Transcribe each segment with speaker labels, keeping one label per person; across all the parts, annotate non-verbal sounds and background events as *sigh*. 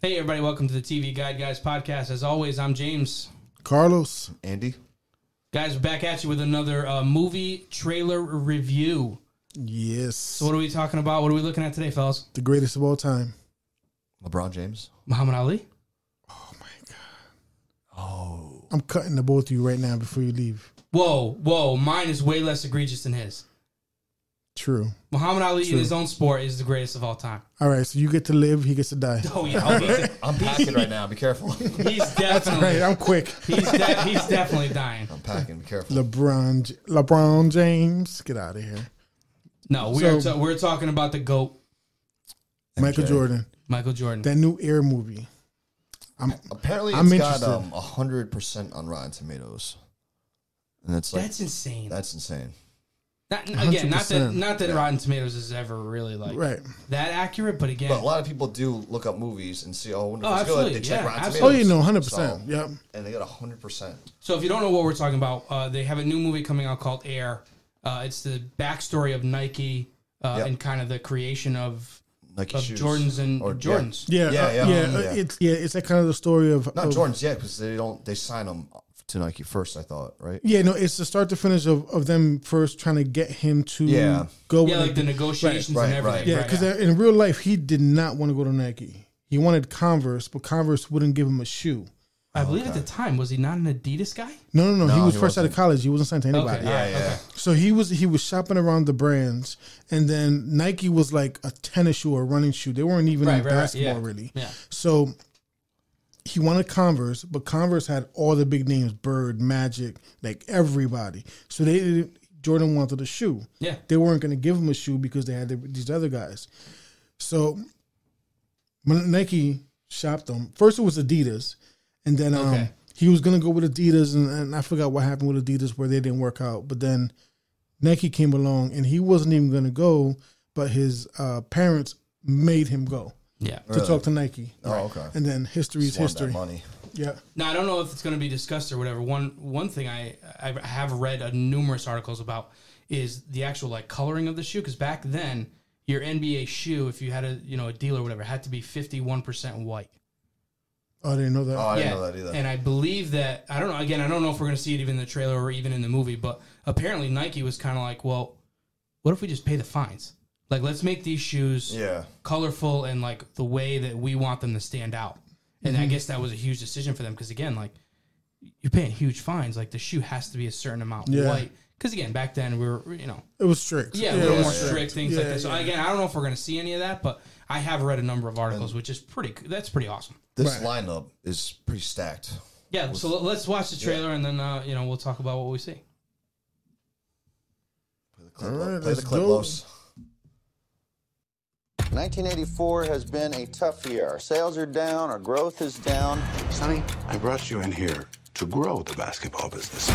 Speaker 1: Hey, everybody, welcome to the TV Guide Guys podcast. As always, I'm James.
Speaker 2: Carlos,
Speaker 3: Andy.
Speaker 1: Guys, we're back at you with another uh, movie trailer review.
Speaker 2: yes,
Speaker 1: What are we talking about? What are we looking at today, fellas?
Speaker 2: the greatest of all time.
Speaker 3: LeBron James.
Speaker 1: Muhammad Ali?
Speaker 2: I'm cutting the both of you right now before you leave.
Speaker 1: Whoa, whoa, mine is way less egregious than his.
Speaker 2: True.
Speaker 1: Muhammad Ali in his own sport is the greatest of all time.
Speaker 2: All right, so you get to live, he gets to
Speaker 3: *laughs*
Speaker 2: die.
Speaker 1: Oh, yeah. oh, *laughs* he's,
Speaker 3: I'm packing right now. Be careful.
Speaker 1: he's
Speaker 2: All
Speaker 1: definitely,
Speaker 2: right, I'm quick.
Speaker 1: he's, de- he's definitely dying.
Speaker 3: I'm packing. Be careful.
Speaker 2: LeBron, J- LeBron James, get out of here.
Speaker 1: No, we're,
Speaker 2: So-
Speaker 1: ta- we're talking about the GOAT,
Speaker 2: Michael Jordan,
Speaker 1: Michael Jordan.
Speaker 2: that new Air movie. I'm
Speaker 3: Apparently,
Speaker 2: I'm
Speaker 3: it's got
Speaker 2: interested.
Speaker 3: um hundred percent on Rotten Tomatoes, and it's like that's,
Speaker 1: That's insane.
Speaker 3: insane.
Speaker 1: Not, again, not that
Speaker 2: 100%.
Speaker 1: not that Rotten Tomatoes is ever really like
Speaker 2: right.
Speaker 1: that accurate, but again,
Speaker 3: But a lot of people do look up movies and see, oh, I wonder if
Speaker 1: Oh,
Speaker 3: it's
Speaker 1: absolutely,
Speaker 3: good. They check
Speaker 1: yeah,
Speaker 3: Rotten
Speaker 1: absolutely.
Speaker 2: Oh,
Speaker 3: Tomatoes.
Speaker 2: you know, hundred percent.
Speaker 3: So-
Speaker 2: Yep.
Speaker 3: and they got hundred percent.
Speaker 1: So if you don't know what we're talking about, uh, they have a new movie coming out called Air. Uh, it's the backstory of Nike uh,
Speaker 3: Yep.
Speaker 1: and kind of the creation of
Speaker 3: Nike
Speaker 1: of
Speaker 3: shoes
Speaker 1: Jordans and
Speaker 3: Or-
Speaker 1: Jordans.
Speaker 2: Yeah,
Speaker 3: Yeah,
Speaker 2: yeah,
Speaker 3: yeah.
Speaker 2: yeah,
Speaker 3: Mm,
Speaker 2: uh,
Speaker 3: yeah.
Speaker 2: It's yeah, it's that kind of the story of
Speaker 3: Not
Speaker 2: of-
Speaker 3: Jordans yet, because they don't. They sign them to Nike first. I thought, right?
Speaker 2: Yeah, no, it's the start to finish of, of them first trying to get him to
Speaker 3: Yeah.
Speaker 2: go.
Speaker 1: Yeah,
Speaker 2: with
Speaker 1: like the negotiations and
Speaker 3: Right, right,
Speaker 1: everything.
Speaker 2: Yeah,
Speaker 1: right,
Speaker 2: because in real life he did not want to go to Nike. He wanted Converse, but Converse wouldn't give him a shoe.
Speaker 1: I believe at the time was he not an Adidas guy?
Speaker 2: No, no, no. he
Speaker 3: No,
Speaker 2: was
Speaker 3: he
Speaker 2: 1st out of college. He wasn't signed to anybody.
Speaker 1: all
Speaker 3: Yeah,
Speaker 1: right,
Speaker 3: yeah.
Speaker 2: So he was he was shopping around the brands, and then Nike was like a tennis shoe or running shoe. They weren't even
Speaker 1: Right,
Speaker 2: in
Speaker 1: right, right,
Speaker 2: basketball
Speaker 1: yeah.
Speaker 2: really.
Speaker 1: Yeah.
Speaker 2: So he wanted Converse, but Converse had all the big names: Bird, Magic, like everybody. So they didn't, Jordan wanted a shoe.
Speaker 1: Yeah.
Speaker 2: They weren't going to give him a shoe because they had the, these other guys. So when Nike shopped them. First, it was Adidas, and then um,
Speaker 1: Okay.
Speaker 2: he was going to go with Adidas, and, and I forgot what happened with Adidas where they didn't work out. But then Nike came along, and he wasn't even going to go, but his uh, parents made him go
Speaker 1: Yeah.
Speaker 2: to talk to Nike.
Speaker 3: Oh, okay.
Speaker 2: And then history is
Speaker 3: Just want that
Speaker 2: history.
Speaker 3: money.
Speaker 2: Yeah.
Speaker 1: Now I don't know if it's going to be discussed or whatever. One one thing I I have read uh, numerous articles about is the actual like coloring of the shoe because back then your NBA shoe, if you had a you know a deal or whatever, had to be fifty one percent white.
Speaker 2: Oh, I didn't know that.
Speaker 3: Oh, I didn't know that either.
Speaker 1: And I believe that I don't know. Again, I don't know if we're going to see it even in the trailer or even in the movie. But apparently, Nike was kind of like, "Well, what if we just pay the fines? Like, let's make these shoes
Speaker 3: yeah.
Speaker 1: colorful and like the way that we want them to stand out." And
Speaker 2: Mm-hmm.
Speaker 1: I guess that was a huge decision for them because again, like you're paying huge fines. Like the shoe has to be a certain amount
Speaker 2: Yeah.
Speaker 1: white. Because again, back then we were, you know,
Speaker 2: it was strict.
Speaker 1: yeah, a little
Speaker 2: it was
Speaker 1: more strict things like
Speaker 2: Yeah,
Speaker 1: that. So
Speaker 2: yeah.
Speaker 1: again, I don't know if we're going to see any of that, but I have read a number of articles, which is pretty. That's pretty awesome.
Speaker 3: This lineup is pretty stacked.
Speaker 1: Yeah, so let- let's watch the trailer and then uh, you know we'll talk about what we see.
Speaker 3: Play the clip,
Speaker 2: All
Speaker 3: lo-
Speaker 2: right,
Speaker 3: play the
Speaker 2: let's
Speaker 3: clip
Speaker 2: go.
Speaker 3: Los.
Speaker 4: 1984 has been a tough year. Our sales are down, our growth is down.
Speaker 5: Sonny, I brought you in here to grow the basketball business.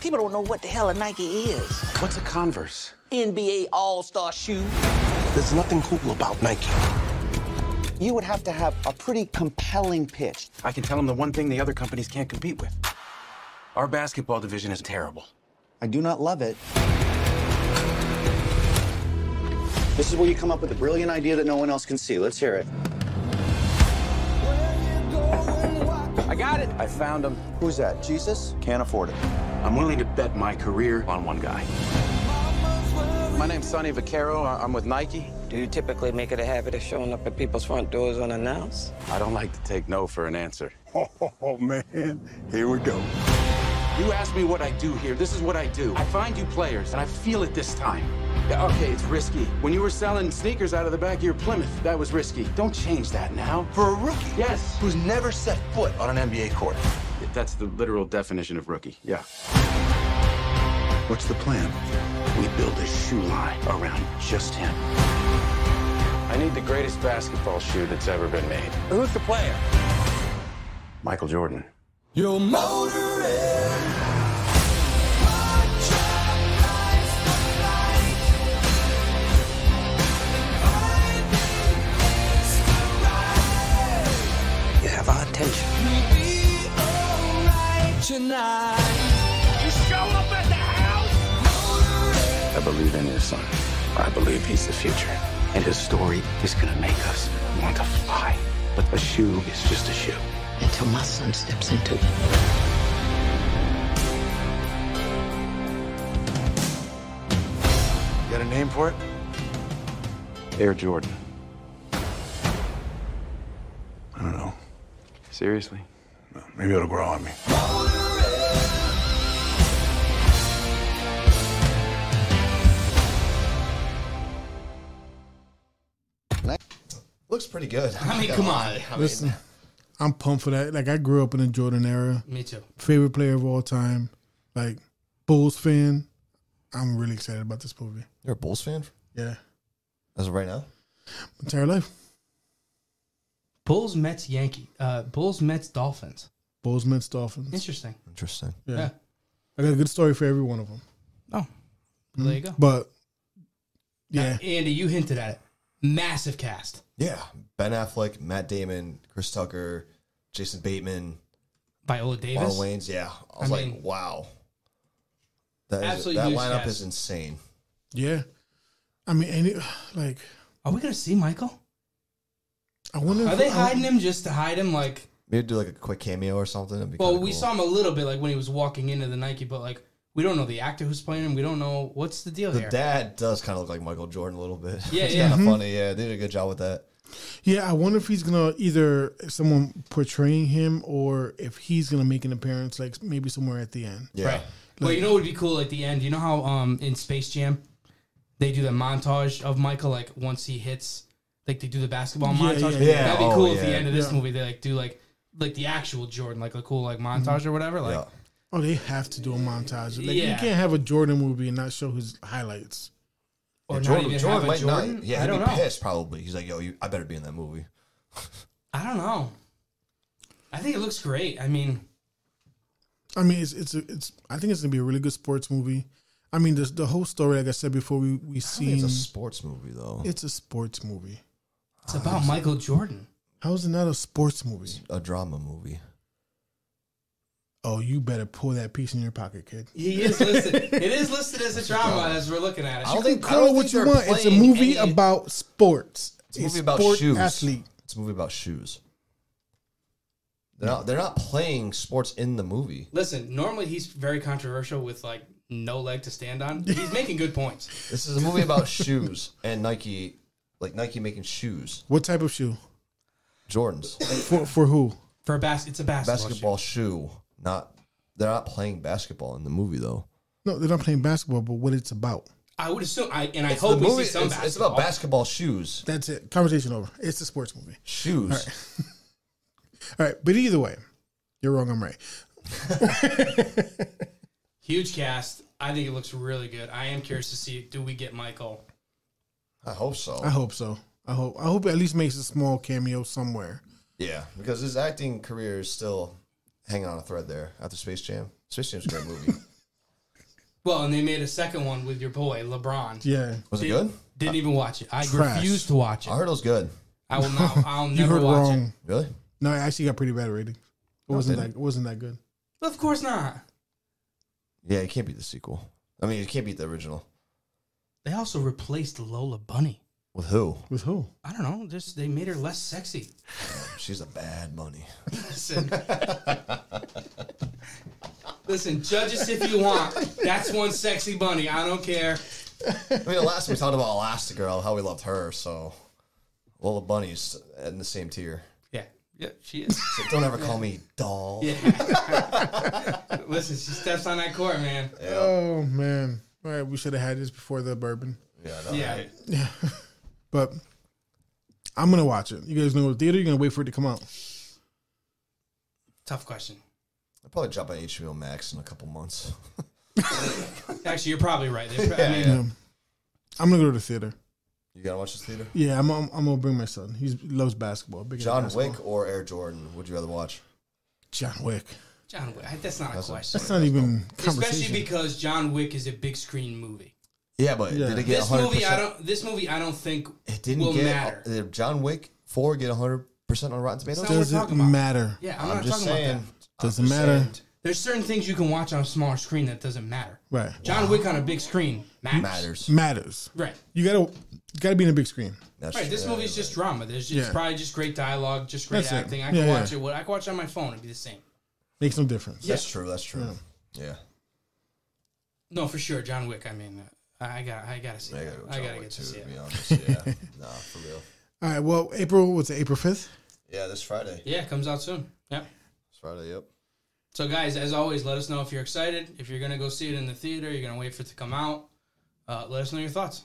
Speaker 6: People don't know what the hell a Nike is.
Speaker 5: What's a Converse?
Speaker 6: NBA All Star shoe.
Speaker 5: There's nothing cool about Nike.
Speaker 7: you would have to have a pretty compelling pitch.
Speaker 5: I can tell them the one thing the other companies can't compete with. Our basketball division is terrible.
Speaker 7: I do not love it. This is where you come up with a brilliant idea that no one else can see. Let's hear it.
Speaker 5: I got it. I found them.
Speaker 7: Who's that? Jesus? Can't afford it.
Speaker 5: I'm willing to bet my career on one guy. My name's Sonny Vaccaro. I- I'm with Nike.
Speaker 8: Do you typically make it a habit of showing up at people's front doors unannounced?
Speaker 5: I don't like to take no for an answer.
Speaker 9: Oh man, here we go.
Speaker 5: You ask me what I do here. This is what I do. I find you players, and I feel it this time. Yeah, Okay, it's risky. When you were selling sneakers out of the back of your Plymouth, that was risky. Don't change that now.
Speaker 9: For a rookie,
Speaker 5: Yes.
Speaker 9: who's never set foot on an NBA court.
Speaker 5: That's the literal definition of rookie. Yeah.
Speaker 9: What's the plan?
Speaker 5: We build a shoe line around just him. I need the greatest basketball shoe that's ever been made.
Speaker 8: Who's the player?
Speaker 5: Michael Jordan.
Speaker 9: Your motor
Speaker 8: You have our attention.
Speaker 5: I believe in your son. I believe he's the future. And his story is going to make us want to fly. But a shoe is just a shoe.
Speaker 6: Until my son steps into it.
Speaker 9: Got a name for it?
Speaker 5: Air Jordan.
Speaker 9: I don't know.
Speaker 5: Seriously?
Speaker 9: Maybe it'll grow on me.
Speaker 3: Looks pretty good.
Speaker 1: I mean, come on.
Speaker 3: I mean,
Speaker 2: Listen, I'm pumped for that. Like I grew up in the Jordan era.
Speaker 1: Me too.
Speaker 2: Favorite player of all time. Like Bulls fan. I'm really excited about this movie.
Speaker 3: you're a Bulls fan
Speaker 2: Yeah.
Speaker 3: as of right now.
Speaker 2: Entire life.
Speaker 1: Bulls, Mets, Yankee. Uh, Bulls, Mets, Dolphins.
Speaker 2: Bulls, Mets, Dolphins.
Speaker 1: Interesting.
Speaker 3: Interesting.
Speaker 2: Yeah.
Speaker 1: Yeah.
Speaker 2: I got a good story for every one of them.
Speaker 1: Oh, there you go.
Speaker 2: But
Speaker 1: Now,
Speaker 2: yeah,
Speaker 1: Andy, you hinted at it. Massive cast.
Speaker 3: Yeah, Ben Affleck, Matt Damon, Chris Tucker, Jason Bateman,
Speaker 1: Viola Davis.
Speaker 3: Marlon Wayans. Yeah, I was
Speaker 1: I
Speaker 3: like,
Speaker 1: mean-
Speaker 3: wow, that is,
Speaker 1: Absolute
Speaker 3: that
Speaker 1: huge
Speaker 3: lineup
Speaker 1: cast.
Speaker 3: is insane.
Speaker 2: yeah. I mean, and it, *sighs* like
Speaker 1: Are we gonna see Michael?
Speaker 2: I wonder.
Speaker 1: Are
Speaker 2: if-
Speaker 1: they
Speaker 2: I-
Speaker 1: hiding him just to hide him? Like,
Speaker 3: Maybe do like a quick cameo or something. It'd be
Speaker 1: well,
Speaker 3: kinda
Speaker 1: we
Speaker 3: cool.
Speaker 1: saw him a little bit, like when he was walking into the Nike, but like we don't know the actor who's playing him. We don't know what's the deal
Speaker 3: the
Speaker 1: here.
Speaker 3: dad does kind of look like Michael Jordan a little bit.
Speaker 1: Yeah,
Speaker 3: *laughs* it's
Speaker 1: yeah. Mm-hmm.
Speaker 3: kind of funny. Yeah, they did a good job with that.
Speaker 2: Yeah, I wonder if he's gonna either someone portraying him or if he's gonna make an appearance, like maybe somewhere at the end.
Speaker 3: Yeah,
Speaker 1: Right. Well, you know what would be cool at the end? You know how um in Space Jam they do the montage of Michael like once he hits like they do the basketball
Speaker 2: Yeah,
Speaker 1: montage.
Speaker 2: yeah, yeah.
Speaker 1: That'd be
Speaker 3: Yeah,
Speaker 1: cool
Speaker 3: oh,
Speaker 1: if the
Speaker 3: yeah.
Speaker 1: end of this
Speaker 2: Yeah.
Speaker 1: movie they like do like like the actual Jordan, like a cool like montage or whatever. Like
Speaker 3: yeah.
Speaker 2: Oh, they have to do a montage. Like you
Speaker 1: Yeah.
Speaker 2: can't have a Jordan movie and not show his highlights.
Speaker 1: or not
Speaker 3: Jordan,
Speaker 1: even
Speaker 3: Jordan
Speaker 1: have a
Speaker 3: might
Speaker 1: Jordan.
Speaker 3: not. Yeah,
Speaker 1: I
Speaker 3: he'd
Speaker 1: don't
Speaker 3: be
Speaker 1: know.
Speaker 3: pissed probably. He's like, yo, you, I better be in that movie.
Speaker 1: I don't know. I think it looks great. I mean,
Speaker 2: I mean, it's it's it's. I think it's gonna be a really good sports movie. I mean, the the whole story, like I said before, we we
Speaker 3: I think
Speaker 2: seen
Speaker 3: it's a
Speaker 2: it's
Speaker 3: sports movie though.
Speaker 2: a, sports movie.
Speaker 1: it's about Michael Jordan.
Speaker 2: How is it not a sports movie?
Speaker 3: a drama movie.
Speaker 2: Oh, you better pull that piece in your pocket, kid.
Speaker 1: He is listed. *laughs* it is listed as a drama as we're looking at it.
Speaker 3: I don't
Speaker 1: She-
Speaker 3: think I
Speaker 2: Call it
Speaker 3: don't
Speaker 2: what
Speaker 3: think
Speaker 2: you
Speaker 3: they're
Speaker 2: want. It's a
Speaker 3: playing
Speaker 2: movie
Speaker 3: any-
Speaker 2: about sports.
Speaker 3: It's a movie about
Speaker 2: sport
Speaker 3: shoes.
Speaker 2: Athlete.
Speaker 3: It's a movie about shoes. They're not, they're not playing sports in the movie.
Speaker 1: Listen, normally he's very controversial with like no leg to stand on. He's making good points.
Speaker 3: This is a movie *laughs* about shoes and Nike, like Nike making shoes,
Speaker 2: What type of shoe?
Speaker 3: Jordans,
Speaker 2: For for who?
Speaker 1: For a bas- it's a basketball.
Speaker 3: basketball shoe. Not they're not playing basketball in the movie though.
Speaker 2: No, they're not playing basketball, but what it's about.
Speaker 1: shoot. I would assume. I and I
Speaker 3: It's
Speaker 1: hope
Speaker 3: the
Speaker 1: we
Speaker 3: movie-
Speaker 1: see some
Speaker 3: it's,
Speaker 1: basketball.
Speaker 3: it's about basketball shoes.
Speaker 2: That's it. Conversation over. It's a sports movie.
Speaker 3: Shoes.
Speaker 2: All right, but either way, you're wrong. I'm right.
Speaker 1: Huge cast. I think it looks really good. I am curious to see do we get Michael.
Speaker 3: I hope so.
Speaker 2: I hope so. I hope. I hope it at least makes a small cameo somewhere.
Speaker 3: Yeah, because his acting career is still hanging on a thread there after Space Jam. Space Jam's a great movie.
Speaker 1: Well, and they made a second one with your boy LeBron.
Speaker 2: Yeah.
Speaker 3: Was it good?
Speaker 1: Didn't even watch it. I
Speaker 2: Trash.
Speaker 1: refuse to watch
Speaker 3: I
Speaker 1: it.
Speaker 3: heard it was good.
Speaker 1: I will not. I'll
Speaker 2: You
Speaker 1: never
Speaker 2: heard
Speaker 1: watch
Speaker 2: wrong.
Speaker 1: it. Oh,
Speaker 3: Really?
Speaker 2: No, it actually got pretty bad rating. It wasn't that.
Speaker 3: didn't.
Speaker 2: It wasn't that good.
Speaker 1: Of course not.
Speaker 3: Yeah, it can't beat the sequel. I mean, it can't beat the original.
Speaker 1: They also replaced Lola Bunny.
Speaker 3: With who?
Speaker 2: With who?
Speaker 1: I don't know. Just they made her less sexy.
Speaker 3: She's a bad bunny.
Speaker 1: Listen. *laughs* Listen, judge us if you want. That's one sexy bunny. I don't care.
Speaker 3: I mean, last we talked about Elastigirl, how we loved her, so Lola Bunny's in the same tier.
Speaker 1: Yeah. Yeah, she is.
Speaker 3: So don't ever call me doll.
Speaker 1: Yeah. Listen, she steps on that court, man.
Speaker 2: Oh man! All right, we should have had this before the bourbon.
Speaker 3: Yeah, no,
Speaker 1: Yeah.
Speaker 3: right.
Speaker 2: But I'm gonna watch it. You guys gonna go to the theater? You're gonna wait for it to come out?
Speaker 1: Tough question.
Speaker 3: I'll probably drop on HBO Max in a couple months.
Speaker 1: Actually, you're probably right.
Speaker 3: *laughs*
Speaker 1: They pro- I mean,
Speaker 2: I'm gonna go to the theater.
Speaker 3: You gotta watch this theater?
Speaker 2: Yeah, I'm. I'm, I'm gonna bring my son. He's, he loves basketball. Big into
Speaker 3: John
Speaker 2: basketball.
Speaker 3: Wick or Air Jordan? Would you rather watch?
Speaker 2: John Wick.
Speaker 1: John Wick. That's not a question.
Speaker 2: That's not even conversation.
Speaker 1: Especially because John Wick is a big screen movie.
Speaker 3: Yeah, but
Speaker 2: Yeah.
Speaker 3: did it get
Speaker 1: This
Speaker 3: 100%?
Speaker 1: movie, I don't. This movie, I don't think
Speaker 3: it didn't
Speaker 1: will
Speaker 3: get.
Speaker 1: matter.
Speaker 3: Did John Wick 4 get 100% on Rotten Tomatoes?
Speaker 1: It's not-
Speaker 2: Does
Speaker 1: we're
Speaker 2: it
Speaker 1: talking about.
Speaker 2: matter?
Speaker 1: yeah, I'm,
Speaker 3: I'm
Speaker 1: not
Speaker 3: just
Speaker 1: talking
Speaker 3: saying.
Speaker 1: about
Speaker 3: I'm
Speaker 2: Doesn't
Speaker 3: just
Speaker 2: matter.
Speaker 3: saying.
Speaker 1: there's certain things you can watch on a smaller screen that doesn't matter.
Speaker 2: Right.
Speaker 1: John Wick on a big screen matters.
Speaker 3: Matters.
Speaker 2: Matters.
Speaker 1: Right.
Speaker 2: You gotta you gotta be in a big screen.
Speaker 3: That's
Speaker 1: Right. This
Speaker 3: yeah,
Speaker 1: movie's just drama. There's just,
Speaker 2: Yeah.
Speaker 1: It's probably just great dialogue, just great
Speaker 2: That's it.
Speaker 1: acting. I
Speaker 2: Yeah,
Speaker 1: can
Speaker 2: yeah.
Speaker 1: watch it. What I can watch it on my phone, it'd be the same.
Speaker 2: Makes no difference.
Speaker 3: That's true. That's true. Yeah.
Speaker 1: No, for sure. John Wick. I mean, uh, I got. I gotta see.
Speaker 3: I
Speaker 1: that.
Speaker 3: gotta go
Speaker 1: I
Speaker 3: John
Speaker 1: gotta
Speaker 3: Wick
Speaker 1: get to
Speaker 3: too,
Speaker 1: see
Speaker 3: to
Speaker 1: it.
Speaker 3: be honest.
Speaker 1: *laughs*
Speaker 3: Yeah. nah, for real.
Speaker 2: All right. Well, April was it April fifth?
Speaker 3: Yeah, this Friday.
Speaker 1: Yeah, it comes out soon. Yep.
Speaker 3: This Friday, yep.
Speaker 1: So, guys, as always, let us know if you're excited. If you're going to go see it in the theater, you're going to wait for it to come out. Uh, let us know your thoughts.